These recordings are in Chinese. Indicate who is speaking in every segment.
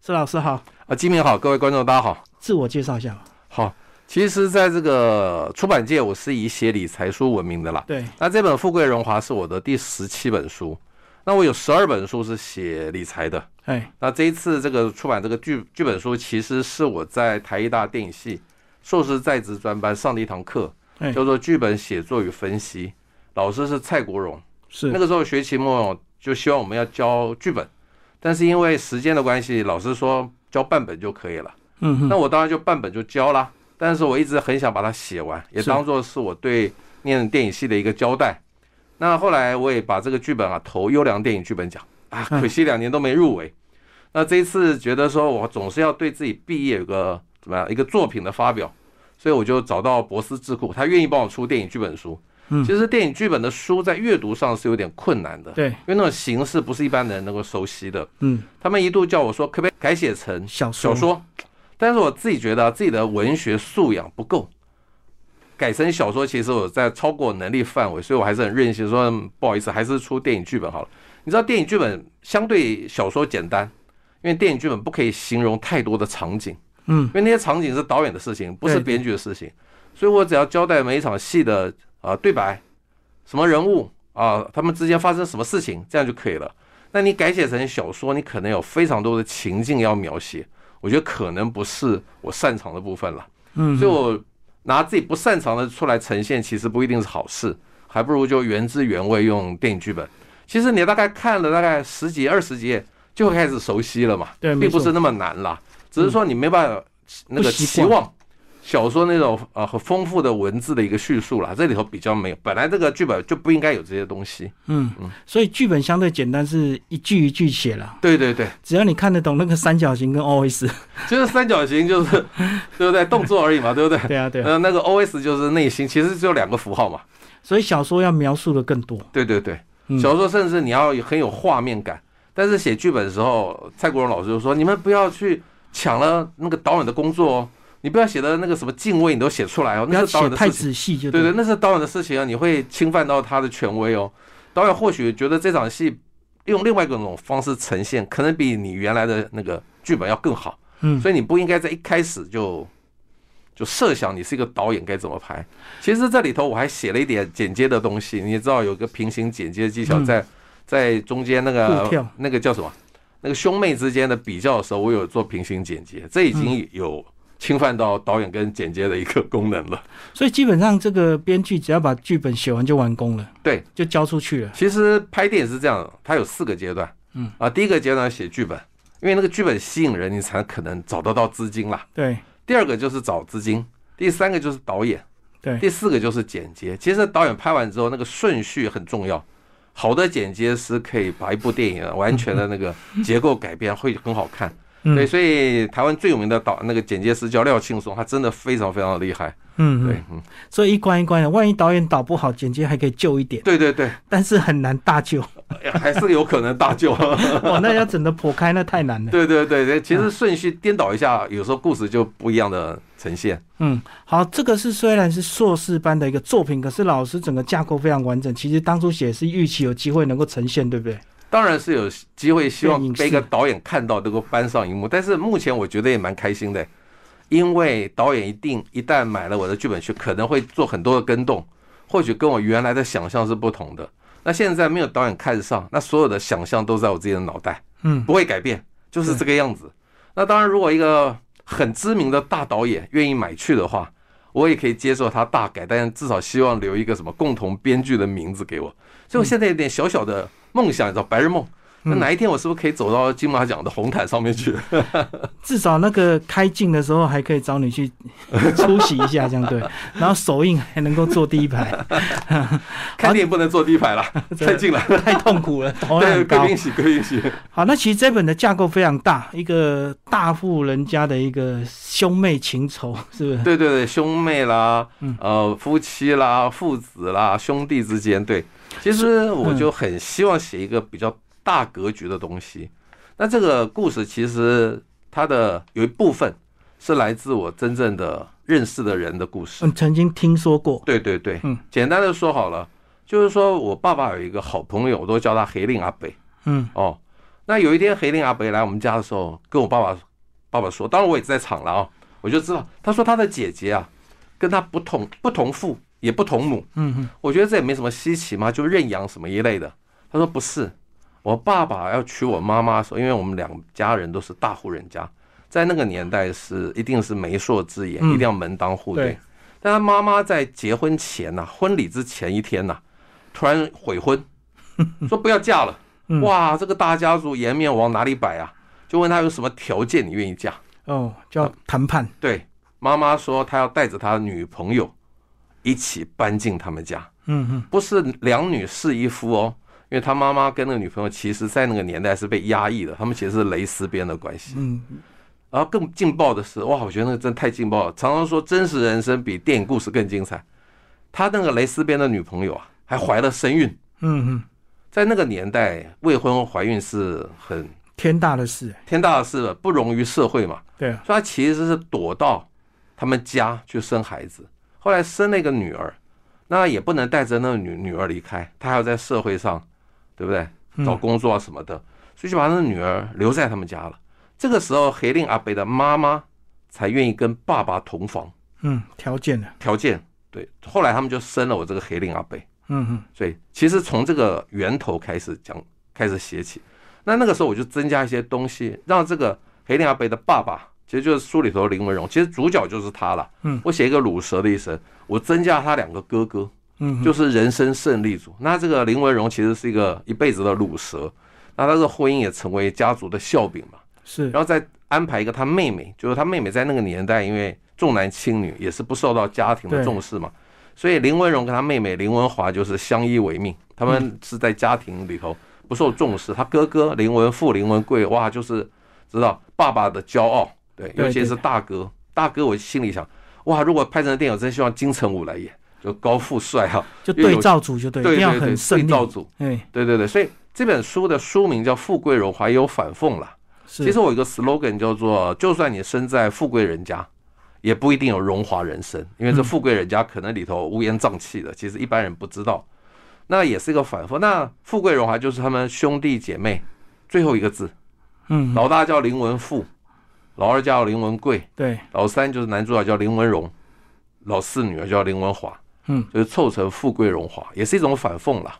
Speaker 1: 施老师好，
Speaker 2: 啊，金明好，各位观众大家好。
Speaker 1: 自我介绍一下吧。
Speaker 2: 好，其实在这个出版界，我是以写理财书闻名的啦。
Speaker 1: 对，
Speaker 2: 那这本《富贵荣华》是我的第十七本书，那我有十二本书是写理财的。
Speaker 1: 哎，
Speaker 2: 那这一次这个出版这个剧剧本书，其实是我在台艺大电影系硕士在职专班上的一堂课
Speaker 1: 哎，
Speaker 2: 叫做《剧本写作与分析》，老师是蔡国荣。那
Speaker 1: 是
Speaker 2: 个时候学期末就希望我们要交剧本，但是因为时间的关系，老师说交半本就可以了。
Speaker 1: 嗯
Speaker 2: 那我当然就半本就交啦。但是我一直很想把它写完，也
Speaker 1: 是
Speaker 2: 当做是我对念电影系的一个交代。那后来我也把这个剧本啊投优良电影剧本奖啊，
Speaker 1: 嗯
Speaker 2: 可惜两年都没入围。那这一次觉得说我总是要对自己毕业有个怎么样一个作品的发表，所以我就找到博思智库，他愿意帮我出电影剧本书。
Speaker 1: 嗯
Speaker 2: 其实电影剧本的书在阅读上是有点困难的，因
Speaker 1: 对，
Speaker 2: 为那种形式不是一般人能够熟悉的。
Speaker 1: 嗯，
Speaker 2: 他们一度叫我说可不可以改写成
Speaker 1: 小说
Speaker 2: 小说，但是我自己觉得啊自己的文学素养不够，改成小说其实我在超过能力范围，所以我还是很任性说嗯不好意思，还是出电影剧本好了。你知道电影剧本相对小说简单，因为电影剧本不可以形容太多的场景，
Speaker 1: 嗯，
Speaker 2: 因为那些场景是导演的事情，不是
Speaker 1: 对对
Speaker 2: 编剧的事情，所以我只要交代每一场戏的啊、呃对白，什么人物啊、他们之间发生什么事情，这样就可以了。那你改写成小说，你可能有非常多的情境要描写，我觉得可能不是我擅长的部分了。
Speaker 1: 嗯，
Speaker 2: 所以我拿自己不擅长的出来呈现，其实不一定是好事，还不如就原汁原味用电影剧本。其实你大概看了大概十几二十页，就会开始熟悉了嘛，
Speaker 1: 对没
Speaker 2: 并
Speaker 1: 错
Speaker 2: 不是那么难啦，只是说你没办法那个
Speaker 1: 不习
Speaker 2: 期
Speaker 1: 惯
Speaker 2: 望。小说那种呃很丰富的文字的一个叙述啦，这里头比较没有，本来这个剧本就不应该有这些东西。
Speaker 1: 嗯，所以剧本相对简单，是一句一句写了，
Speaker 2: 对对对，
Speaker 1: 只要你看得懂那个三角形跟 OS，
Speaker 2: 就是三角形，就是 对不对？动作而已嘛，对不对？
Speaker 1: 对啊，对 啊，
Speaker 2: 呃，那个 O S 就是内心，其实只有两个符号嘛。
Speaker 1: 所以小说要描述的更多，
Speaker 2: 对对对
Speaker 1: 嗯，
Speaker 2: 小说甚至你要很有画面感，但是写剧本的时候，蔡国荣老师就说：“你们不要去抢了那个导演的工作哦，你不要写的那个什么敬畏，你都写出来哦，
Speaker 1: 不
Speaker 2: 那
Speaker 1: 要
Speaker 2: 是导
Speaker 1: 写
Speaker 2: 演的
Speaker 1: 太
Speaker 2: 事情。
Speaker 1: 仔细就
Speaker 2: 对
Speaker 1: 对
Speaker 2: 对，那是导演的事情啊，你会侵犯到他的权威哦。导演或许觉得这场戏用另外一种方式呈现，可能比你原来的那个剧本要更好。
Speaker 1: 嗯，
Speaker 2: 所以你不应该在一开始就就设想你是一个导演该怎么拍。其实这里头我还写了一点剪接的东西，你也知道有个平行剪接技巧
Speaker 1: 嗯
Speaker 2: 在，在中间那
Speaker 1: 互跳
Speaker 2: 个那个叫什么？那个兄妹之间的比较的时候，我有做平行剪接，这已
Speaker 1: 嗯
Speaker 2: 经有侵犯到导演跟剪接的一个功能了。
Speaker 1: 所以基本上这个编剧只要把剧本写完就完工了，
Speaker 2: 对，
Speaker 1: 就交出去了，
Speaker 2: 其实拍电影是这样，它有四个阶段。
Speaker 1: 嗯
Speaker 2: 啊，第一个阶段写剧本，因为那个剧本吸引人，你才可能找得到资金啦。
Speaker 1: 对
Speaker 2: 第二个就是找资金，第三个就是导演。
Speaker 1: 对，
Speaker 2: 第四个就是剪接。其实导演拍完之后，那个顺序很重要。好的剪接师可以把一部电影完全的那个结构改变，会很好看。
Speaker 1: 嗯
Speaker 2: 对，所以台湾最有名的导那个剪接师叫廖庆松，他真的非常非常的厉害。
Speaker 1: 嗯
Speaker 2: 对
Speaker 1: 嗯，，所以一关一关的，万一导演导不好，剪接还可以救一点，
Speaker 2: 对对对，
Speaker 1: 但是很难大救，
Speaker 2: 哎呀还是有可能大救。
Speaker 1: 哇，那要整个破开那太难了。
Speaker 2: 对对对对，其实顺序颠倒一下，有时候故事就不一样的呈现。
Speaker 1: 嗯，好，这个是虽然是硕士班的一个作品，可是老师整个架构非常完整。其实当初写是预期有机会能够呈现，对不对？
Speaker 2: 当然是有机会，希
Speaker 1: 对
Speaker 2: 望
Speaker 1: 影视
Speaker 2: 被一个导演看到能够搬上荧幕。但是目前我觉得也蛮开心的，因为导演一定一旦买了我的剧本去，可能会做很多的跟动，或许跟我原来的想象是不同的。那现在没有导演看上，那所有的想象都在我自己的脑袋，
Speaker 1: 嗯
Speaker 2: 不会改变，就是这个样子。那当然，如果一个很知名的大导演愿意买去的话，我也可以接受他大改，但至少希望留一个什么共同编剧的名字给我。所以
Speaker 1: 嗯
Speaker 2: 我现在有点小小的梦想，你知道，白日梦。那哪一天我是不是可以走到金马奖的红毯上 面去？
Speaker 1: 至少那个开镜的时候还可以找你去出席一下，这样对。然后首映还能够坐第一排，
Speaker 2: 看电影不能坐第一排了，
Speaker 1: 真的
Speaker 2: 太近了。
Speaker 1: 太痛苦了，头
Speaker 2: 对，
Speaker 1: 很
Speaker 2: 贵
Speaker 1: 高。
Speaker 2: 宾席，贵宾席。
Speaker 1: 好，那其实这本的架构非常大，一个大户人家的一个兄妹情仇，是 不是？
Speaker 2: 对对对，兄妹啦
Speaker 1: 嗯，
Speaker 2: 呃，夫妻啦，父子啦，兄弟之间，对，其实我就很希望写一个比较大格局的东西。那这个故事其实它的有一部分是来自我真正的认识的人的故事。
Speaker 1: 嗯，曾经听说过。
Speaker 2: 对对对
Speaker 1: 嗯，
Speaker 2: 简单的说好了，就是说我爸爸有一个好朋友，我都叫他黑令阿北
Speaker 1: 嗯
Speaker 2: 哦。那有一天黑令阿北来我们家的时候，跟我爸爸爸爸说，当然我也在场了啊、我就知道，他说他的姐姐啊，跟他不同不同父也不同母，
Speaker 1: 嗯嗯，
Speaker 2: 我觉得这也没什么稀奇嘛，就认养什么一类的。他说不是，我爸爸要娶我妈妈的时候，因为我们两家人都是大户人家，在那个年代是一定是媒妁之言，
Speaker 1: 嗯
Speaker 2: 一定要门当户对
Speaker 1: 对。
Speaker 2: 但他妈妈在结婚前呐、婚礼之前一天呐、突然悔婚，说不要嫁了。
Speaker 1: 嗯
Speaker 2: 哇，这个大家族颜面往哪里摆啊？就问他有什么条件你愿意嫁？
Speaker 1: 哦，叫谈判，
Speaker 2: 对，妈妈说她要带着她女朋友一起搬进他们家。
Speaker 1: 嗯嗯，
Speaker 2: 不是两女是一夫哦，因为他妈妈跟那个女朋友，其实在那个年代是被压抑的，他们其实是蕾丝边的关系。
Speaker 1: 嗯，
Speaker 2: 然后更劲爆的是，哇，我觉得那个真太劲爆了。常常说真实人生比电影故事更精彩。他那个蕾丝边的女朋友啊，还怀了身孕，
Speaker 1: 嗯嗯，
Speaker 2: 在那个年代，未婚怀孕是很
Speaker 1: 天大的事，
Speaker 2: 天大的事，不容于社会嘛。
Speaker 1: 对啊，
Speaker 2: 所以他其实是躲到他们家去生孩子，后来生了一个女儿，那也不能带着那个女女儿离开，他还要在社会上，对不
Speaker 1: 嗯
Speaker 2: 对？找工作啊什么的，所以就把那个女儿留在他们家了。这个时候，黑令阿北的妈妈才愿意跟爸爸同房，
Speaker 1: 嗯，条件的，
Speaker 2: 条件对。后来他们就生了我这个黑令阿北。
Speaker 1: 嗯嗯，
Speaker 2: 所以其实从这个源头开始讲，开始写起。那那个时候我就增加一些东西，让这个黑令阿贝的爸爸，其实就是书里头的林文荣，其实主角就是他了。
Speaker 1: 嗯，
Speaker 2: 我写一个乳蛇的一生，我增加他两个哥哥，
Speaker 1: 嗯，
Speaker 2: 就是人生胜利组。那这个林文荣其实是一个一辈子的乳蛇，那他的婚姻也成为家族的笑柄嘛。
Speaker 1: 是，
Speaker 2: 然后再安排一个他妹妹，就是他妹妹在那个年代因为重男轻女，也是不受到家庭的
Speaker 1: 对
Speaker 2: 重视嘛，所以林文荣跟他妹妹林文华就是相依为命，他们是在家庭里头不受重视。他哥哥林文富、林文贵，哇，就是知道爸爸的骄傲，对，
Speaker 1: 对
Speaker 2: 尤其
Speaker 1: 对
Speaker 2: 是大哥，大哥我心里想，哇，如果拍成电影，真希望金城武来演，就高富帅啊，
Speaker 1: 就对照组就对，一
Speaker 2: 对
Speaker 1: 定要
Speaker 2: 对对，
Speaker 1: 很胜
Speaker 2: 对照
Speaker 1: 利，
Speaker 2: 组，
Speaker 1: 哎，
Speaker 2: 对对对，所以这本书的书名叫《富贵荣华》，也有反讽啦。
Speaker 1: 是，
Speaker 2: 其实我有一个 slogan 叫做：就算你身在富贵人家，也不一定有荣华人生，因
Speaker 1: 嗯
Speaker 2: 为这富贵人家可能里头乌烟瘴气的，其实一般人不知道。那也是一个反复。那富贵荣华就是他们兄弟姐妹最后一个字，
Speaker 1: 嗯，
Speaker 2: 老大叫林文富，老二叫林文贵，
Speaker 1: 对，
Speaker 2: 老三就是男主角叫林文荣，老四女儿叫林文华，
Speaker 1: 嗯，
Speaker 2: 就是凑成富贵荣华，也是一种反讽啦。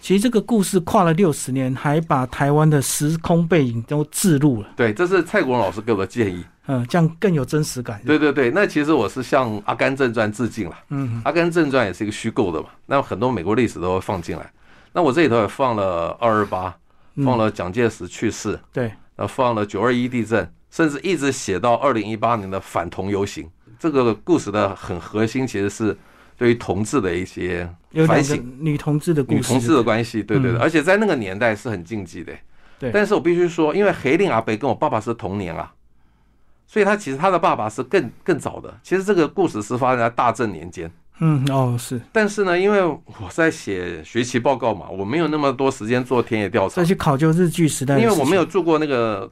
Speaker 1: 其实这个故事跨了六十年，还把台湾的时空背景都置入了，
Speaker 2: 对，这是蔡国荣老师给我的建议。
Speaker 1: 嗯，这样更有真实感，
Speaker 2: 对对对，那其实我是向《阿甘正传》致敬啦。
Speaker 1: 嗯，
Speaker 2: 《阿甘正传》也是一个虚构的嘛，那很多美国历史都会放进来。那我这里头也放了二二八，
Speaker 1: 嗯
Speaker 2: 放了蒋介石去世，
Speaker 1: 对，
Speaker 2: 那放了九二一地震，甚至一直写到二零一八年的反同游行。这个故事的很核心其实是对于同志的一些
Speaker 1: 有两
Speaker 2: 反
Speaker 1: 个
Speaker 2: 省，
Speaker 1: 女同志的故
Speaker 2: 女
Speaker 1: 事，
Speaker 2: 同志的关系，对对
Speaker 1: 嗯
Speaker 2: 对，而且在那个年代是很禁忌的。
Speaker 1: 对
Speaker 2: 但是我必须说，因为黑令阿北跟我爸爸是同年啊，所以他其实他的爸爸是更更早的。其实这个故事是发生在大正年间。
Speaker 1: 嗯，哦，是，
Speaker 2: 但是呢，因为我在写学习报告嘛，我没有那么多时间做田野调查
Speaker 1: 再，去考究日剧时代
Speaker 2: 因
Speaker 1: 的事
Speaker 2: 为
Speaker 1: 情，
Speaker 2: 我没有住过那个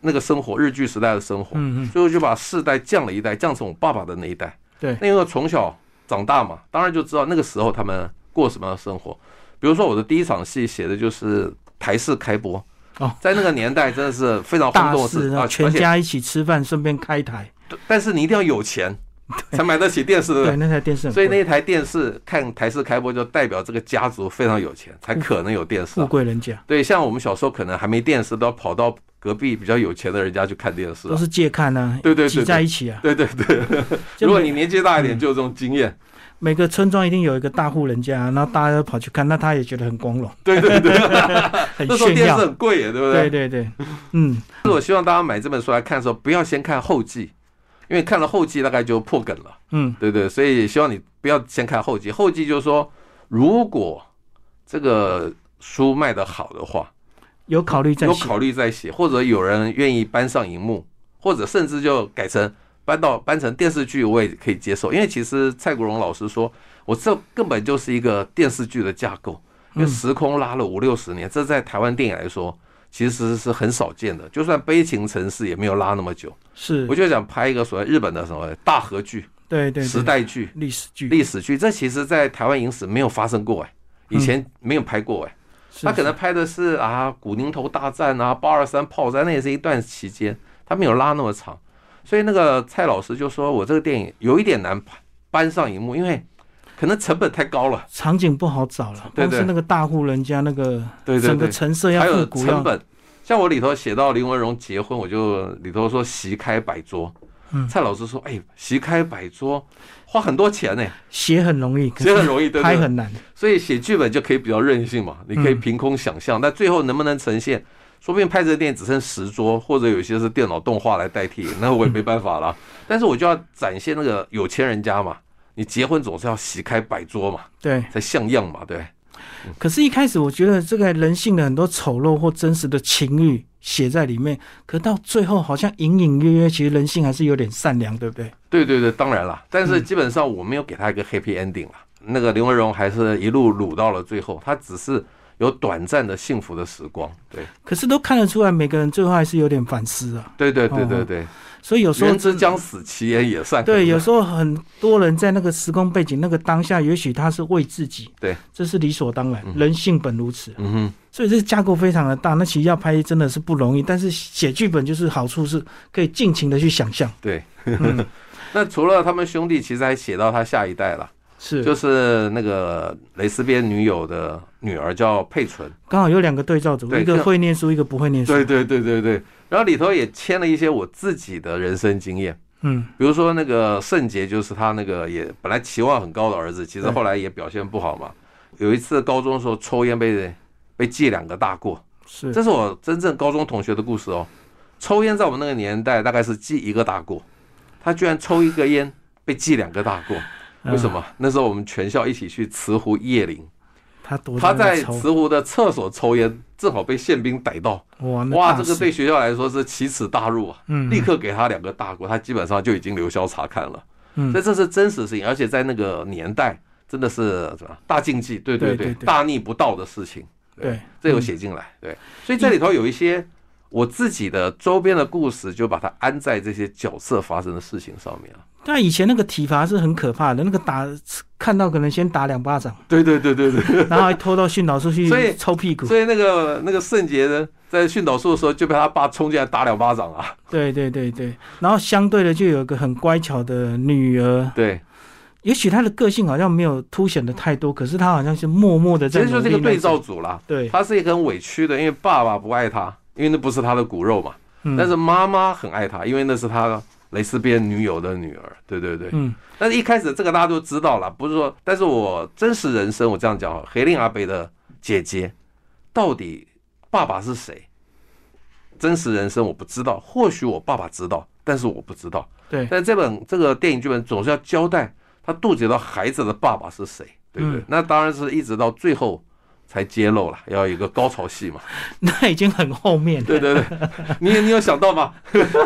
Speaker 2: 那个生活，日剧时代的生活，
Speaker 1: 嗯嗯，
Speaker 2: 所以我就把世代降了一代，降成我爸爸的那一代。
Speaker 1: 对，
Speaker 2: 那因为我从小长大嘛，当然就知道那个时候他们过什么样的生活。比如说我的第一场戏写的就是台式开播
Speaker 1: 哦，
Speaker 2: 在那个年代真的是非常轰
Speaker 1: 大
Speaker 2: 动的
Speaker 1: 事
Speaker 2: 事
Speaker 1: 啊，
Speaker 2: 啊，
Speaker 1: 全
Speaker 2: 而且
Speaker 1: 家一起吃饭，顺便开台，
Speaker 2: 但是你一定要有钱才买得起电视，对不对
Speaker 1: 嗯对，？那台电视很贵，
Speaker 2: 所以那台电视看台式开播，就代表这个家族非常有
Speaker 1: 嗯
Speaker 2: 钱，才可能有电视啊、
Speaker 1: 富贵人家
Speaker 2: 对，像我们小时候可能还没电视，都要跑到隔壁比较有钱的人家去看电视啊、
Speaker 1: 都是借看啊，
Speaker 2: 对对对
Speaker 1: 挤在一起啊，
Speaker 2: 对对对，
Speaker 1: 就
Speaker 2: 如果
Speaker 1: 每嗯
Speaker 2: 你年纪大一点，就有这种经验。
Speaker 1: 每个村庄一定有一个大户人家，然后大家都跑去看，那他也觉得很 光荣，
Speaker 2: 对对对，
Speaker 1: 很
Speaker 2: 那时候
Speaker 1: 炫
Speaker 2: 电视
Speaker 1: 耀。
Speaker 2: 很贵耶，对不
Speaker 1: 对？对对，嗯，
Speaker 2: 所以我希望大家买这本书来看的时候，不要先看后记，因为看了后记大概就破梗了。
Speaker 1: 嗯，
Speaker 2: 对对，所以希望你不要先看后记，后记就是说，如果这个书卖得好的话，
Speaker 1: 有考虑在
Speaker 2: 有
Speaker 1: 写
Speaker 2: 考虑再写，或者有人愿意搬上荧幕，或者甚至就改成搬到搬成电视剧，我也可以接受。因为其实蔡国荣老师说，我这根本就是一个电视剧的架构，
Speaker 1: 嗯
Speaker 2: 因为时空拉了五六十年，这在台湾电影来说其实是很少见的。就算《悲情城市》也没有拉那么久。
Speaker 1: 是
Speaker 2: 我，就想拍一个所谓日本的什么大和剧、
Speaker 1: 对对
Speaker 2: 时
Speaker 1: 对，
Speaker 2: 代剧、
Speaker 1: 历史剧
Speaker 2: 历史剧，这其实在台湾影史没有发生过哎、以前没有拍过哎、
Speaker 1: 是
Speaker 2: 他可能拍的是啊古宁头大战啊八二三炮战，那也是一段期间，他没有拉那么长，所以那个蔡老师就说我这个电影有一点难搬搬上荧幕，因为可能成本太高了，
Speaker 1: 场景不好找了，
Speaker 2: 对对
Speaker 1: 光是那个大户人家那个
Speaker 2: 对对
Speaker 1: 整个
Speaker 2: 对，
Speaker 1: 成色要
Speaker 2: 还有
Speaker 1: 复古
Speaker 2: 成
Speaker 1: 要，
Speaker 2: 本。像我里头写到林文荣结婚，我就里头说席开百桌，
Speaker 1: 嗯
Speaker 2: 蔡老师说哎席开百桌花很多钱呢、
Speaker 1: 写很容易，可
Speaker 2: 其实很
Speaker 1: 是
Speaker 2: 容易，对不
Speaker 1: 拍
Speaker 2: 对？
Speaker 1: 很难。
Speaker 2: 所以写剧本就可以比较任性嘛，你可以
Speaker 1: 嗯
Speaker 2: 凭空想象，那、最后能不能呈现？说不定拍这个电影只剩十桌，或者有些是电脑动画来代替，那我也没办法了。
Speaker 1: 嗯
Speaker 2: 但是我就要展现那个有钱人家嘛，你结婚总是要席开百桌嘛，
Speaker 1: 对，
Speaker 2: 才像样嘛，对不对。
Speaker 1: 可是，一开始我觉得这个人性的很多丑陋或真实的情欲写在里面，可到最后好像隐隐约约，其实人性还是有点善良，对不对？
Speaker 2: 对对对，当然了，但是
Speaker 1: 嗯
Speaker 2: 基本上我没有给他一个 happy ending 了。那个林文荣还是一路撸到了最后，他只是有短暂的幸福的时光。对
Speaker 1: 可是都看得出来，每个人最后还是有点反思啊。
Speaker 2: 对对对
Speaker 1: 哦
Speaker 2: 对对，
Speaker 1: 所以有时候
Speaker 2: 人之将死，其言也善。
Speaker 1: 对，有时候很多人在那个时空背景、那个当下，也许他是为自己，
Speaker 2: 对，
Speaker 1: 这是理所当然，
Speaker 2: 嗯
Speaker 1: 人性本如此。
Speaker 2: 嗯哼。
Speaker 1: 所以这架构非常的大，那其实要拍真的是不容易，但是写剧本就是好处是可以尽情的去想象。
Speaker 2: 对，
Speaker 1: 嗯，
Speaker 2: 那除了他们兄弟，其实还写到他下一代了，
Speaker 1: 是，
Speaker 2: 就是那个蕾丝边女友的女儿叫佩纯。
Speaker 1: 刚好有两个对照组，
Speaker 2: 对
Speaker 1: 一个会念书，一个不会念书。
Speaker 2: 对对对对对，然后里头也签了一些我自己的人生经验，
Speaker 1: 嗯，
Speaker 2: 比如说那个圣杰，就是他那个也本来期望很高的儿子，其实
Speaker 1: 对
Speaker 2: 后来也表现不好嘛。有一次高中的时候抽烟被被记两个大过，
Speaker 1: 是，
Speaker 2: 这是我真正高中同学的故事哦。抽烟在我们那个年代大概是记一个大过，他居然抽一个烟被记两个大过。为什
Speaker 1: 嗯？
Speaker 2: 么？那时候我们全校一起去慈湖夜林，
Speaker 1: 他躲
Speaker 2: 他在
Speaker 1: 抽
Speaker 2: 慈湖的厕所抽烟，正好被宪兵逮到，
Speaker 1: 哇，那
Speaker 2: 哇，
Speaker 1: 大
Speaker 2: 这个
Speaker 1: 事
Speaker 2: 对学校来说是奇耻大辱啊！
Speaker 1: 嗯
Speaker 2: 立刻给他两个大过，他基本上就已经留校察看了。
Speaker 1: 嗯
Speaker 2: 所以这是真实事情，而且在那个年代真的是什么大禁忌，对
Speaker 1: 对
Speaker 2: 对
Speaker 1: 对
Speaker 2: 对，嗯
Speaker 1: 对
Speaker 2: 大逆不道的事情，
Speaker 1: 对，
Speaker 2: 这有写进来。对，所以这里头有一些我自己的周边的故事，就把它安在这些角色发生的事情上面啊了。
Speaker 1: 但以前那个体罚是很可怕的，那个打看到可能先打两巴掌，
Speaker 2: 对对对对对。
Speaker 1: 然后还拖到训导处去
Speaker 2: 所以
Speaker 1: 抽屁股。
Speaker 2: 所以那个那个圣杰呢，在训导处的时候就被他爸冲进来打两巴掌啊。
Speaker 1: 对对对对，然后相对的就有一个很乖巧的女儿，
Speaker 2: 对，
Speaker 1: 也许她的个性好像没有凸显的太多，可是她好像是默默的
Speaker 2: 其
Speaker 1: 在
Speaker 2: 实就
Speaker 1: 努
Speaker 2: 是
Speaker 1: 力
Speaker 2: 一个对照
Speaker 1: 那种，
Speaker 2: 组啦。
Speaker 1: 对，
Speaker 2: 他是一个很委屈的，因为爸爸不爱他，因为那不是他的骨肉嘛。
Speaker 1: 嗯
Speaker 2: 但是妈妈很爱他，因为那是他蕾丝边女友的女儿。对对对。
Speaker 1: 嗯
Speaker 2: 但是一开始这个大家都知道了，不是说，但是我真实人生我这样讲哦，黑令阿北的姐姐到底爸爸是谁？真实人生我不知道，或许我爸爸知道，但是我不知道。
Speaker 1: 对，
Speaker 2: 但这本这个电影剧本总是要交代他肚子里的孩子的爸爸是谁，对不对？
Speaker 1: 嗯
Speaker 2: 那当然是一直到最后才揭露了，要有一个高潮戏 嘛。
Speaker 1: 那已经很后面了，
Speaker 2: 对对对，你你有想到吗？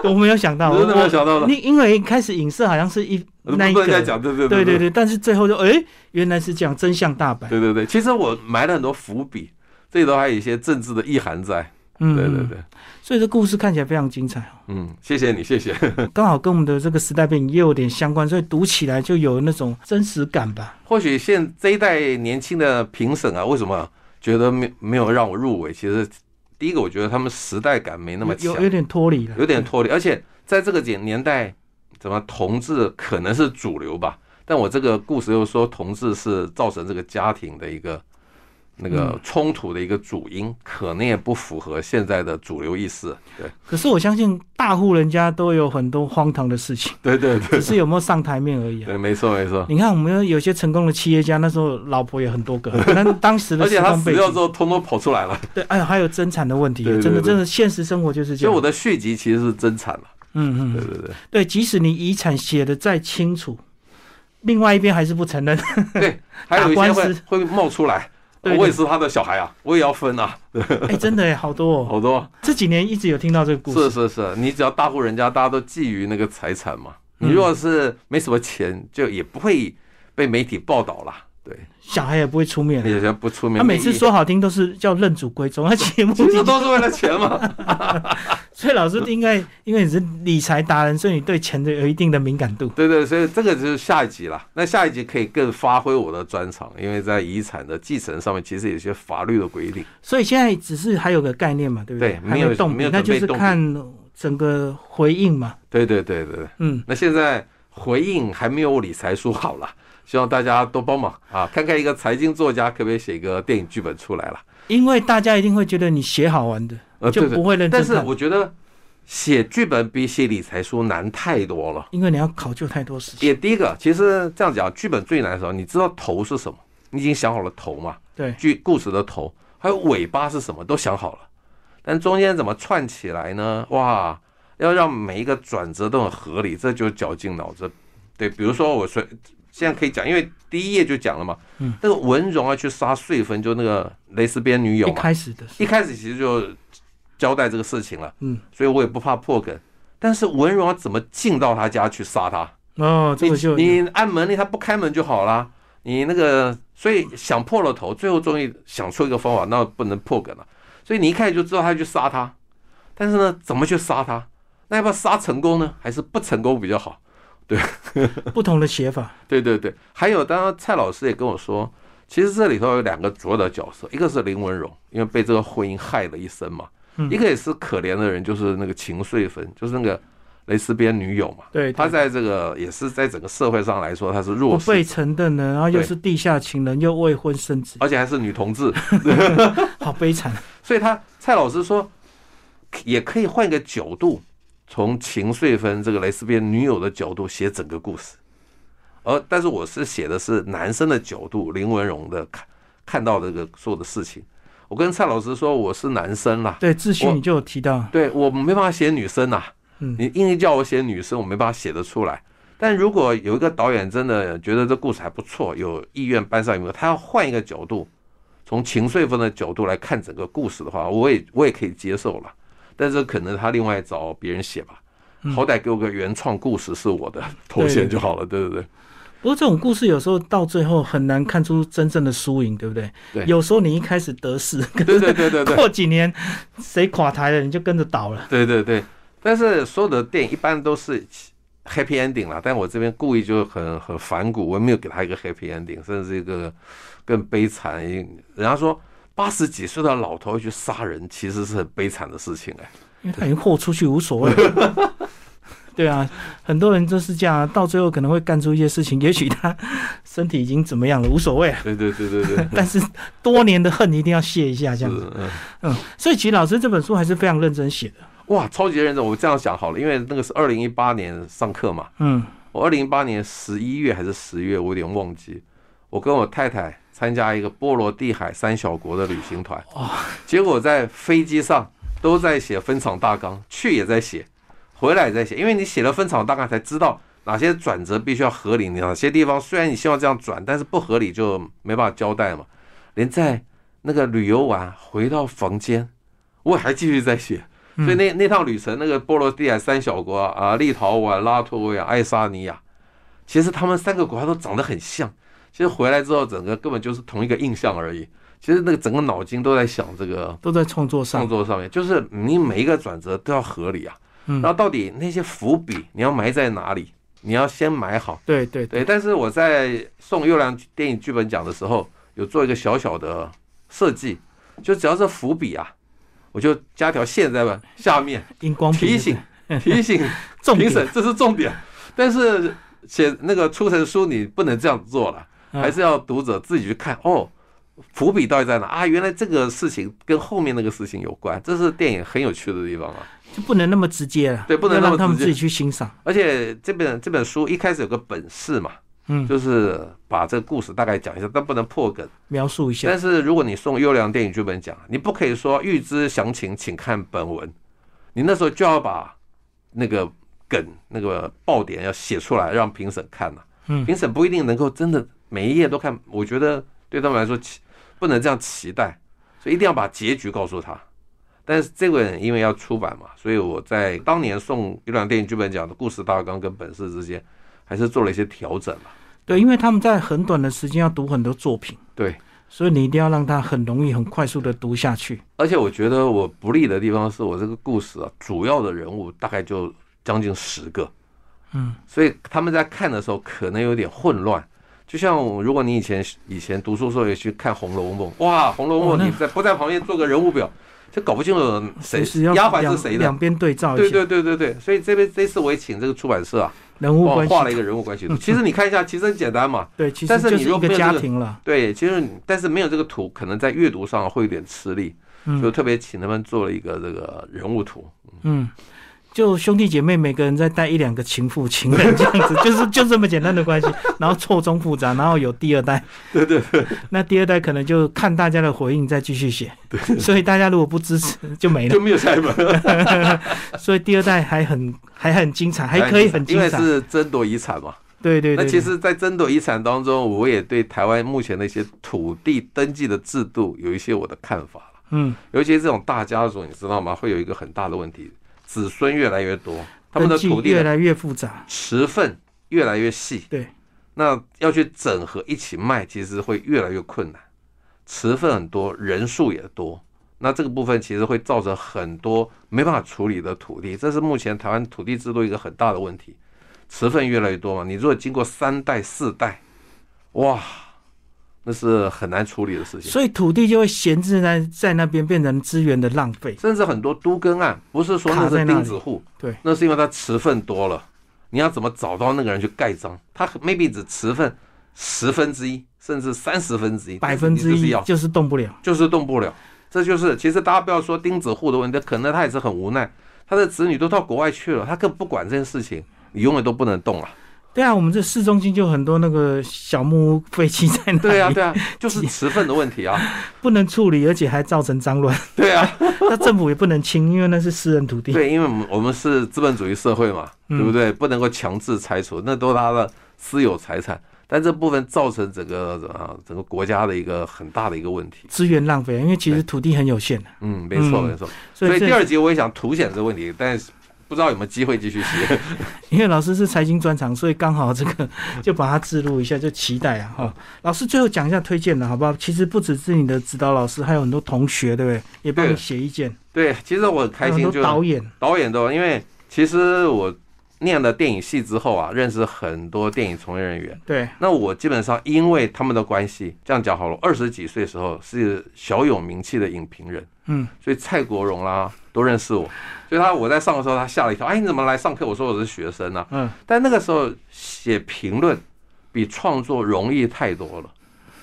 Speaker 1: 我没有想到，
Speaker 2: 你
Speaker 1: 我
Speaker 2: 真的没有想到
Speaker 1: 我
Speaker 2: 的，
Speaker 1: 你因为一开始影射好像是一
Speaker 2: 不
Speaker 1: 那一
Speaker 2: 能再
Speaker 1: 个，
Speaker 2: 讲，对对
Speaker 1: 对对
Speaker 2: 对
Speaker 1: 对，但是最后就哎原来是这样，真相大白，
Speaker 2: 对对对。其实我埋了很多伏笔，这里头还有一些政治的意涵在。
Speaker 1: 嗯，
Speaker 2: 对对，对，
Speaker 1: 所以这故事看起来非常精彩哦。
Speaker 2: 嗯，谢谢你，谢谢。
Speaker 1: 刚好跟我们的这个时代背景也有点相关，所以读起来就有那种真实感吧。
Speaker 2: 或许现这一代年轻的评审啊，为什么觉得没没有让我入围？其实第一个，我觉得他们时代感没那么强
Speaker 1: 有有，有点脱离了，
Speaker 2: 有点脱离，而且在这个年年代，怎么同志可能是主流吧？但我这个故事又说同志是造成这个家庭的一个那个
Speaker 1: 嗯
Speaker 2: 冲突的一个主因，可能也不符合现在的主流意识。
Speaker 1: 可是我相信大户人家都有很多荒唐的事情，
Speaker 2: 对对对
Speaker 1: 只是有没有上台面而已、啊。
Speaker 2: 对，没错没错。
Speaker 1: 你看，我们有些成功的企业家，那时候老婆也很 多个，那当时的
Speaker 2: 而且
Speaker 1: 时
Speaker 2: 他
Speaker 1: 光
Speaker 2: 死
Speaker 1: 背
Speaker 2: 掉之
Speaker 1: 景，
Speaker 2: 后，通通跑出来了。
Speaker 1: 对，哎呦，还有争产的问题，啊
Speaker 2: 对对
Speaker 1: 真的，
Speaker 2: 对
Speaker 1: 真的，现实生活就是这
Speaker 2: 所以
Speaker 1: 样。
Speaker 2: 我的续集其实是真惨了。
Speaker 1: 嗯
Speaker 2: 对
Speaker 1: 嗯，
Speaker 2: 对对
Speaker 1: 对，即使你遗产写的再清楚，另外一边还是不承 认。
Speaker 2: 对，还有一
Speaker 1: 打
Speaker 2: 些
Speaker 1: 官
Speaker 2: 会
Speaker 1: 司
Speaker 2: 会冒出来。
Speaker 1: 对对
Speaker 2: 我也是他的小孩啊，我也要分啊，
Speaker 1: 哎，真的哎，好多哦。
Speaker 2: 好多。
Speaker 1: 这几年一直有听到这个故
Speaker 2: 是
Speaker 1: 事，
Speaker 2: 是是，你只要大户人家，大家都觊觎那个财产嘛。
Speaker 1: 嗯
Speaker 2: 你如果是没什么钱，就也不会被媒体报道啦。对，
Speaker 1: 小孩也不会出面
Speaker 2: 那
Speaker 1: 了。
Speaker 2: 有些不出名，
Speaker 1: 嗯他每次说好听都是叫认祖归宗，他节目
Speaker 2: 其实都是为了钱嘛。
Speaker 1: 所以老师应该因为你是理财达人，所以你对钱的有一定的敏感度。
Speaker 2: 对对，所以这个就是下一集啦。那下一集可以更发挥我的专长，因为在遗产的继承上面，其实有些法律的规定。
Speaker 1: 所以现在只是还有个概念嘛，对不
Speaker 2: 对
Speaker 1: 还
Speaker 2: 没有
Speaker 1: 动
Speaker 2: 没
Speaker 1: 笔，
Speaker 2: 有
Speaker 1: 那
Speaker 2: 准
Speaker 1: 就
Speaker 2: 备
Speaker 1: 是
Speaker 2: 动笔
Speaker 1: 看整个回应嘛。
Speaker 2: 对对对对对。
Speaker 1: 嗯，
Speaker 2: 那现在回应还没有我理财书好了，希望大家都帮忙啊，看看一个财经作家可不可以写一个电影剧本出来了。
Speaker 1: 因为大家一定会觉得你写好玩的，
Speaker 2: 呃，
Speaker 1: 就
Speaker 2: 对对
Speaker 1: 不，会认真
Speaker 2: 但是
Speaker 1: 看，
Speaker 2: 我觉得写剧本比写理财书难太多了。
Speaker 1: 因为你要考究太多事情。
Speaker 2: 也第一个，其实这样讲，剧本最难的时候，你知道头是什么，你已经想好了头嘛，
Speaker 1: 对，
Speaker 2: 剧故事的头，还有尾巴是什么，都想好了，但中间怎么串起来呢？哇，要让每一个转折都很合理，这就是绞尽脑汁。对，比如说我随现在可以讲，因为第一页就讲了嘛，
Speaker 1: 嗯
Speaker 2: 那个文荣啊要去杀穗芬，就那个蕾丝边女友
Speaker 1: 一
Speaker 2: 嘛，
Speaker 1: 开始的
Speaker 2: 一开始其实就交代这个事情了，
Speaker 1: 嗯，
Speaker 2: 所以我也不怕破梗。但是文荣要怎么进到他家去杀他？
Speaker 1: 哦，这个就
Speaker 2: 你你按门铃他不开门就好啦。你那个，所以想破了头，最后终于想出一个方法，那不能破梗了。所以你一开始就知道他要去杀他，但是呢，怎么去杀他？那要不要杀成功呢？还是不成功比较好？
Speaker 1: 不同的写法。
Speaker 2: 对对对，还有，当然蔡老师也跟我说，其实这里头有两个主要的角色，一个是林文荣，因为被这个婚姻害了一生嘛，
Speaker 1: 嗯
Speaker 2: 一个也是可怜的人，就是那个秦穗芬，就是那个蕾丝边女友嘛。
Speaker 1: 对，
Speaker 2: 她
Speaker 1: 对
Speaker 2: 在这个也是在整个社会上来说，她是
Speaker 1: 不
Speaker 2: 弱势
Speaker 1: 被承认呢，然后又是地下情人，又未婚生子，
Speaker 2: 而且还是女同志，
Speaker 1: 好悲惨。
Speaker 2: 所以他蔡老师说，也可以换一个角度，从秦穗芬这个蕾丝边女友的角度写整个故事，而但是我是写的是男生的角度，林文荣的看看到这个做的事情。我跟蔡老师说我是男生啦，
Speaker 1: 对，自
Speaker 2: 我
Speaker 1: 讯你就有提到，
Speaker 2: 对我没办法写女生呐、
Speaker 1: 嗯
Speaker 2: 你硬叫我写女生，我没办法写得出来。但如果有一个导演真的觉得这故事还不错，有意愿搬上荧幕，他要换一个角度，从秦穗芬的角度来看整个故事的话，我也我也可以接受了。但是可能他另外找别人写吧，好歹给我个原创故事是我的 头衔就好了，对对对。
Speaker 1: 不过这种故事有时候到最后很难看出真正的输赢，对不对？
Speaker 2: 对
Speaker 1: 有时候你一开始得 势，可
Speaker 2: 对
Speaker 1: 是
Speaker 2: 对对对对
Speaker 1: 过几年谁垮台了，你就跟着倒了。
Speaker 2: 对对对，但是所有的电影一般都是 happy ending 啦，但我这边故意就很很反骨，我没有给他一个 happy ending，甚至一个更悲惨。人家说八十几岁的老头去杀人，其实是很悲惨的事情哎、
Speaker 1: 因为他已经豁出去无所谓了。 对啊，很多人都是这样啊，到最后可能会干出一些事情，也许他身体已经怎么样了，无所谓 啊，
Speaker 2: 对对对对对，
Speaker 1: 但是多年的恨一定要泄一下，这
Speaker 2: 是
Speaker 1: 样子。
Speaker 2: 嗯，
Speaker 1: 嗯，所以其实老师这本书还是非常认真写的。
Speaker 2: 哇，超级认真。我这样想好了，因为那个是二零一八年上课嘛，
Speaker 1: 嗯，
Speaker 2: 我二零一八年十一月还是十月，我有点忘记。我跟我太太参加一个波罗的海三小国的旅行团，结果在飞机上都在写分场大纲，去也在写，回来也在写，因为你写了分场大纲才知道哪些转折必须要合理，哪些地方虽然你希望这样转，但是不合理就没办法交代嘛。连在那个旅游完回到房间，我还继续在写，
Speaker 1: 嗯
Speaker 2: 所以那那趟旅程，那个波罗的海三小国啊，啊立陶宛、拉脱维亚、爱沙尼亚，其实他们三个国家都长得很像。其实回来之后，整个根本就是同一个印象而已。其实那个整个脑筋都在想这个
Speaker 1: 都在创作
Speaker 2: 创
Speaker 1: 上。
Speaker 2: 作上面，就是你每一个转折都要合理啊。
Speaker 1: 嗯
Speaker 2: 然后到底那些伏笔你要埋在哪里？你要先埋好。
Speaker 1: 对对对，
Speaker 2: 对，但是我在送优良电影剧本奖的时候，有做一个小小的设计，就只要是伏笔啊，我就加条线在吧下面。
Speaker 1: 荧光笔
Speaker 2: 提醒提醒
Speaker 1: 重
Speaker 2: 评
Speaker 1: 点
Speaker 2: 审，这是重点。但是写那个出成书你不能这样做了，
Speaker 1: 嗯
Speaker 2: 还是要读者自己去看哦，伏笔到底在哪啊？原来这个事情跟后面那个事情有关，这是电影很有趣的地方啊。
Speaker 1: 就不能那么直接了，
Speaker 2: 对不能
Speaker 1: 要
Speaker 2: 那么
Speaker 1: 让他们
Speaker 2: 直接
Speaker 1: 自己去欣赏。
Speaker 2: 而且这本这本书一开始有个本事嘛，
Speaker 1: 嗯，
Speaker 2: 就是把这个故事大概讲一下，但不能破梗。
Speaker 1: 描述一下。
Speaker 2: 但是如果你送优良电影剧本奖，你不可以说预知详情请看本文，你那时候就要把那个梗、那个爆点要写出来，让评审看呐、啊
Speaker 1: 嗯
Speaker 2: 评审不一定能够真的每一页都看，我觉得对他们来说期不能这样期待，所以一定要把结局告诉他。但是这个人因为要出版嘛，所以我在当年送优良电影剧本奖的故事大纲跟本事之间，还是做了一些调整嘛。啊
Speaker 1: 对，因为他们在很短的时间要读很多作品，
Speaker 2: 对，
Speaker 1: 所以你一定要让他很容易、很快速的读下去。
Speaker 2: 而且我觉得我不利的地方是我这个故事啊，主要的人物大概就将近十个，
Speaker 1: 嗯，
Speaker 2: 所以他们在看的时候可能有点混乱。就像我如果你以前以前读书时候也去看《红楼梦》，哇，《红楼
Speaker 1: 哦
Speaker 2: 梦
Speaker 1: 那》
Speaker 2: 你在不在旁边做个人物表，就搞不清楚
Speaker 1: 随
Speaker 2: 谁
Speaker 1: 时要
Speaker 2: 丫鬟
Speaker 1: 两
Speaker 2: 是谁的。
Speaker 1: 两边对照一下
Speaker 2: 对对对对对，所以这边这次我也请这个出版社啊，
Speaker 1: 人物
Speaker 2: 帮我
Speaker 1: 关系
Speaker 2: 画了一个人物关系图。其实你看一下，其实很简单嘛，
Speaker 1: 对，其
Speaker 2: 但
Speaker 1: 实
Speaker 2: 是
Speaker 1: 就
Speaker 2: 你
Speaker 1: 是
Speaker 2: 若
Speaker 1: 一
Speaker 2: 没有
Speaker 1: 个
Speaker 2: 这
Speaker 1: 家
Speaker 2: 个
Speaker 1: 庭了。
Speaker 2: 对，其实你但是没有这个图，可能在阅读上会有点吃力，就
Speaker 1: 嗯
Speaker 2: 特别请他们做了一个这个人物图。
Speaker 1: 嗯，就兄弟姐妹每个人再带一两个情妇、情人这样子， 就是就这么简单的关系， 然后错综复杂，然后有第二代，
Speaker 2: 对对对，
Speaker 1: 那第二代可能就看大家的回应再继续写。所以大家如果不支持就没了
Speaker 2: 就。没有下一本，
Speaker 1: 所以第二代还很还很精彩，还可以很
Speaker 2: 因
Speaker 1: 精
Speaker 2: 为
Speaker 1: 彩。
Speaker 2: 是争夺遗产嘛。
Speaker 1: 对对对，
Speaker 2: 那
Speaker 1: 对
Speaker 2: 其实，在争夺遗产当中，我也对台湾目前的一些土地登记的制度有一些我的看法了。
Speaker 1: 嗯，
Speaker 2: 尤其是这种大家族，你知道吗？会有一个很大的问题，子孙越来越多，他们的
Speaker 1: 登记
Speaker 2: 土地
Speaker 1: 越
Speaker 2: 的
Speaker 1: 来越复杂。
Speaker 2: 持份越来越细。
Speaker 1: 对，
Speaker 2: 那要去整合一起卖，其实会越来越困难，持份很多，人数也多。那这个部分其实会造成很多没办法处理的土地，这是目前台湾土地制度一个很大的问题。持份越来越多嘛，你如果经过三代四代，哇，那是很难处理的事情。
Speaker 1: 所以土地就会闲置在在那边，变成资源的浪费。
Speaker 2: 甚至很多都更案，不是说那
Speaker 1: 卡在那
Speaker 2: 是
Speaker 1: 里
Speaker 2: 钉子户，
Speaker 1: 对，
Speaker 2: 那是因为他持份多了。你要怎么找到那个人去盖章？他 maybe 只持份十分之一，甚至三十分之一，
Speaker 1: 百分之
Speaker 2: 但是你就是
Speaker 1: 一
Speaker 2: 要，
Speaker 1: 就是动不了。
Speaker 2: 就是动不了。这就是其实大家不要说钉子户的问题，可能他也是很无奈，他的子女都到国外去了，他更不管这件事情，你永远都不能动 了。
Speaker 1: 对啊，我们这市中心就很多那个小木屋废弃在那里，
Speaker 2: 对啊，对啊，就是持份的问题啊，
Speaker 1: 不能处理，而且还造成脏 乱。
Speaker 2: 对啊。
Speaker 1: 那政府也不能清，因为那是私人土地。
Speaker 2: 对，因为我们我们是资本主义社会嘛，
Speaker 1: 嗯
Speaker 2: 对不对？不能够强制拆除，那都是他的私有财产。但这部分造成整个啊整个国家的一个很大的一个问题。
Speaker 1: 资源浪费，因为其实土地很有限的，
Speaker 2: 嗯，没错
Speaker 1: 嗯
Speaker 2: 没错。
Speaker 1: 所
Speaker 2: 所以
Speaker 1: 以
Speaker 2: 第
Speaker 1: 这
Speaker 2: 二集我也想凸显这个问题，但是不知道有没有机会继 续写。
Speaker 1: 因为老师是财经专场，所以刚好这 个就把它置入一下，就期待啊哈。老师最后讲一下推荐的好不好？其实不只是你的指导老师，还有很多同学，对不对？也帮你
Speaker 2: 对
Speaker 1: 写意见，
Speaker 2: 对，其实我很
Speaker 1: 还
Speaker 2: 开
Speaker 1: 有很
Speaker 2: 心
Speaker 1: 多
Speaker 2: 就
Speaker 1: 导演，
Speaker 2: 导演都，因为其实我念了电影系之后啊，认识很多电影从业人员。
Speaker 1: 对，
Speaker 2: 那我基本上因为他们的关系，这样讲好了，二十几岁时候是小有名气的影评人，
Speaker 1: 嗯，
Speaker 2: 所以蔡国荣啦、都认识我，所以他我在上的时候，他吓了一跳，哎，你怎么来上课？我说我是学生啊，
Speaker 1: 嗯，
Speaker 2: 但那个时候写评论比创作容易太多了，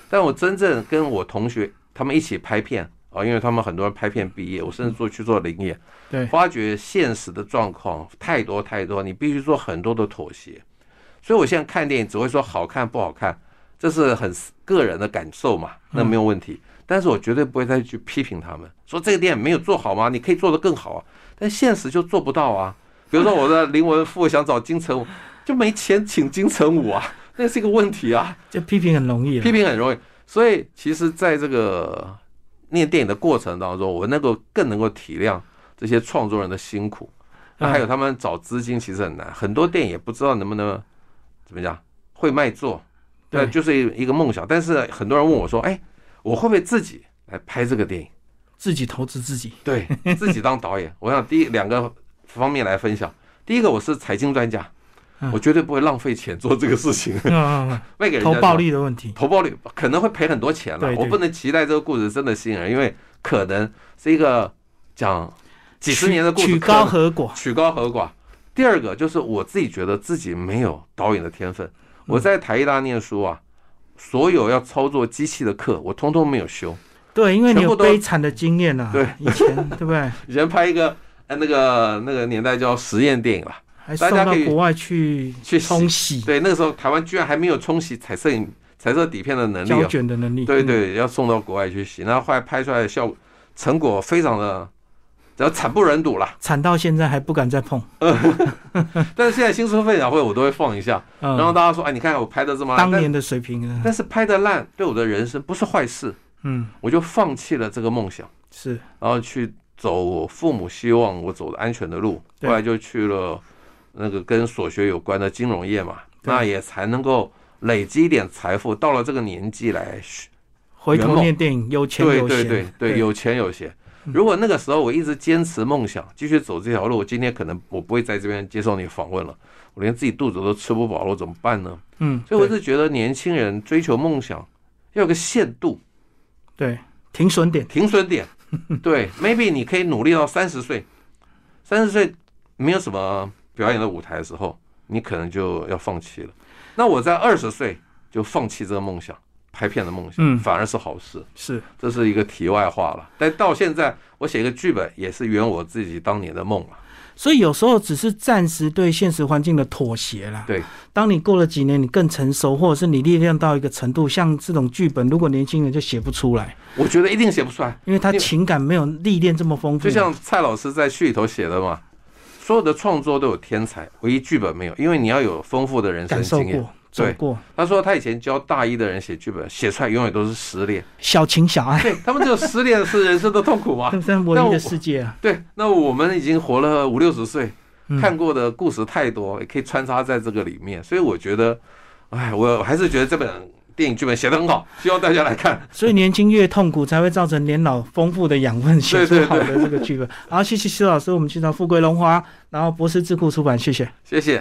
Speaker 2: 但我真正跟我同学他们一起拍片。啊，因为他们很多人拍片毕业，我甚至做去做林业，
Speaker 1: 对，
Speaker 2: 发觉现实的状况太多太多，你必须做很多的妥协。所以我现在看电影只会说好看不好看，这是很个人的感受嘛，那没有问题。但是我绝对不会再去批评他们，说这个电影没有做好吗？你可以做得更好啊。但现实就做不到啊。比如说我的林文富想找金城武，就没钱请金城武啊，那是一个问题啊。
Speaker 1: 这批评很容易啊
Speaker 2: 批
Speaker 1: 了，
Speaker 2: 评很容易。所以其实在这个念电影的过程当中，我能够更能够体谅这些创作人的辛苦，
Speaker 1: 嗯
Speaker 2: 那还有他们找资金其实很难，很多电影也不知道能不能怎么讲会卖座，
Speaker 1: 对
Speaker 2: 对，就是一个梦想。但是很多人问我说：“哎，我会不会自己来拍这个电影？”
Speaker 1: 自己投资自己，
Speaker 2: 对自己当导演，我想第一两个方面来分享。第一个，我是财经专家
Speaker 1: 嗯，
Speaker 2: 我绝对不会浪费钱做这个 事情，
Speaker 1: 嗯嗯嗯
Speaker 2: 卖给人家
Speaker 1: 投
Speaker 2: 就
Speaker 1: 报
Speaker 2: 好
Speaker 1: 率的问题，
Speaker 2: 投报率可能会赔很多钱了
Speaker 1: 对。对
Speaker 2: 我不能期待这个故事真的吸引人，因为可能是一个讲几十年的故事，
Speaker 1: 取取
Speaker 2: 可能
Speaker 1: 高和寡，
Speaker 2: 曲高和寡。第二个就是我自己觉得自己没有导演的天分。我在台艺大念书啊，所有要操作机器的课我通通没有修。
Speaker 1: 对，因为你
Speaker 2: 全
Speaker 1: 有
Speaker 2: 部都
Speaker 1: 悲惨的经验啊，
Speaker 2: 对，
Speaker 1: 以前对不 对？
Speaker 2: 以前拍一个呃那个那个年代叫实验电影啦，
Speaker 1: 还
Speaker 2: 大
Speaker 1: 送
Speaker 2: 家
Speaker 1: 到
Speaker 2: 可以
Speaker 1: 国外去
Speaker 2: 去洗
Speaker 1: 冲洗
Speaker 2: 对，那个时候台湾居然还没有冲洗彩色影彩色底片的能力
Speaker 1: 胶
Speaker 2: 哦。
Speaker 1: 卷的 能力，
Speaker 2: 对
Speaker 1: 嗯，
Speaker 2: 对，要送到国外去洗，那后来拍出来的效果成果非常的，然后惨不忍睹啦。
Speaker 1: 惨到现在还不敢再碰，
Speaker 2: 但是现在新书分享会我都会放一下，
Speaker 1: 嗯，
Speaker 2: 然后大家说，哎，你看我拍的这么烂，
Speaker 1: 当
Speaker 2: 但
Speaker 1: 年的水平啊，
Speaker 2: 但是拍的烂对我的人生不是坏事，
Speaker 1: 嗯，
Speaker 2: 我就放弃了这个梦想，
Speaker 1: 是
Speaker 2: 然后去走我父母希望我走的安全的路，
Speaker 1: 对
Speaker 2: 后来就去了那个跟所学有关的金融业嘛，
Speaker 1: 对
Speaker 2: 那也才能够累积一点财富，到了这个年纪来学
Speaker 1: 回头念电影有钱
Speaker 2: 对
Speaker 1: 有闲，嗯
Speaker 2: 对对对，有钱有闲。如果那个时候我一直坚持梦想，继续走这条路，我今天可能我不会在这边接受你访问了，我连自己肚子都吃不饱了，我怎么办 呢？
Speaker 1: 嗯，
Speaker 2: 所以我
Speaker 1: 对
Speaker 2: 是觉得年轻人追求梦想要有个限 度、
Speaker 1: 对停损点，
Speaker 2: 停损点。对，maybe 你可以努力到三十岁，三十岁没有什么表演的舞台的时候，你可能就要放弃了。那我在二十岁就放弃这个梦想，拍片的梦想，
Speaker 1: 嗯
Speaker 2: 反而是好事。
Speaker 1: 是
Speaker 2: 这是一个题外话了。但到现在，我写一个剧本也是圆我自己当年的梦啊了。
Speaker 1: 所以有时候只是暂时对现实环境的妥协啦。
Speaker 2: 对，
Speaker 1: 当你过了几年，你更成熟，或者是你历练到一个程度，像这种剧本，如果年轻人就写不出来，
Speaker 2: 我觉得一定写不出来，
Speaker 1: 因为他
Speaker 2: 你
Speaker 1: 情感没有历练这么丰富。
Speaker 2: 就像蔡老师在序里头写的嘛，所有的创作都有天才，唯一剧本没有，因为你要有丰富的人生
Speaker 1: 感受
Speaker 2: 经验。
Speaker 1: 过、走
Speaker 2: 对
Speaker 1: 过，
Speaker 2: 他说他以前教大一的人写剧本，写出来永远都是失恋，
Speaker 1: 小情小 爱，
Speaker 2: 对他们只有失恋是人生的痛苦嘛
Speaker 1: 那。是唯一的世界啊。
Speaker 2: 对，那我们已经活了五六十岁，
Speaker 1: 嗯
Speaker 2: 看过的故事太多，也可以穿插在这个里面，所以我觉得，哎，我还是觉得这本电影剧本写得很好，希望大家来看。
Speaker 1: 所以年轻越痛苦，才会造成年老丰富的养分，写出
Speaker 2: 对对
Speaker 1: 好的这个剧本。好，谢谢施老师，我们介绍《富贵荣华》，然后博士智库出版，谢谢。
Speaker 2: 谢谢。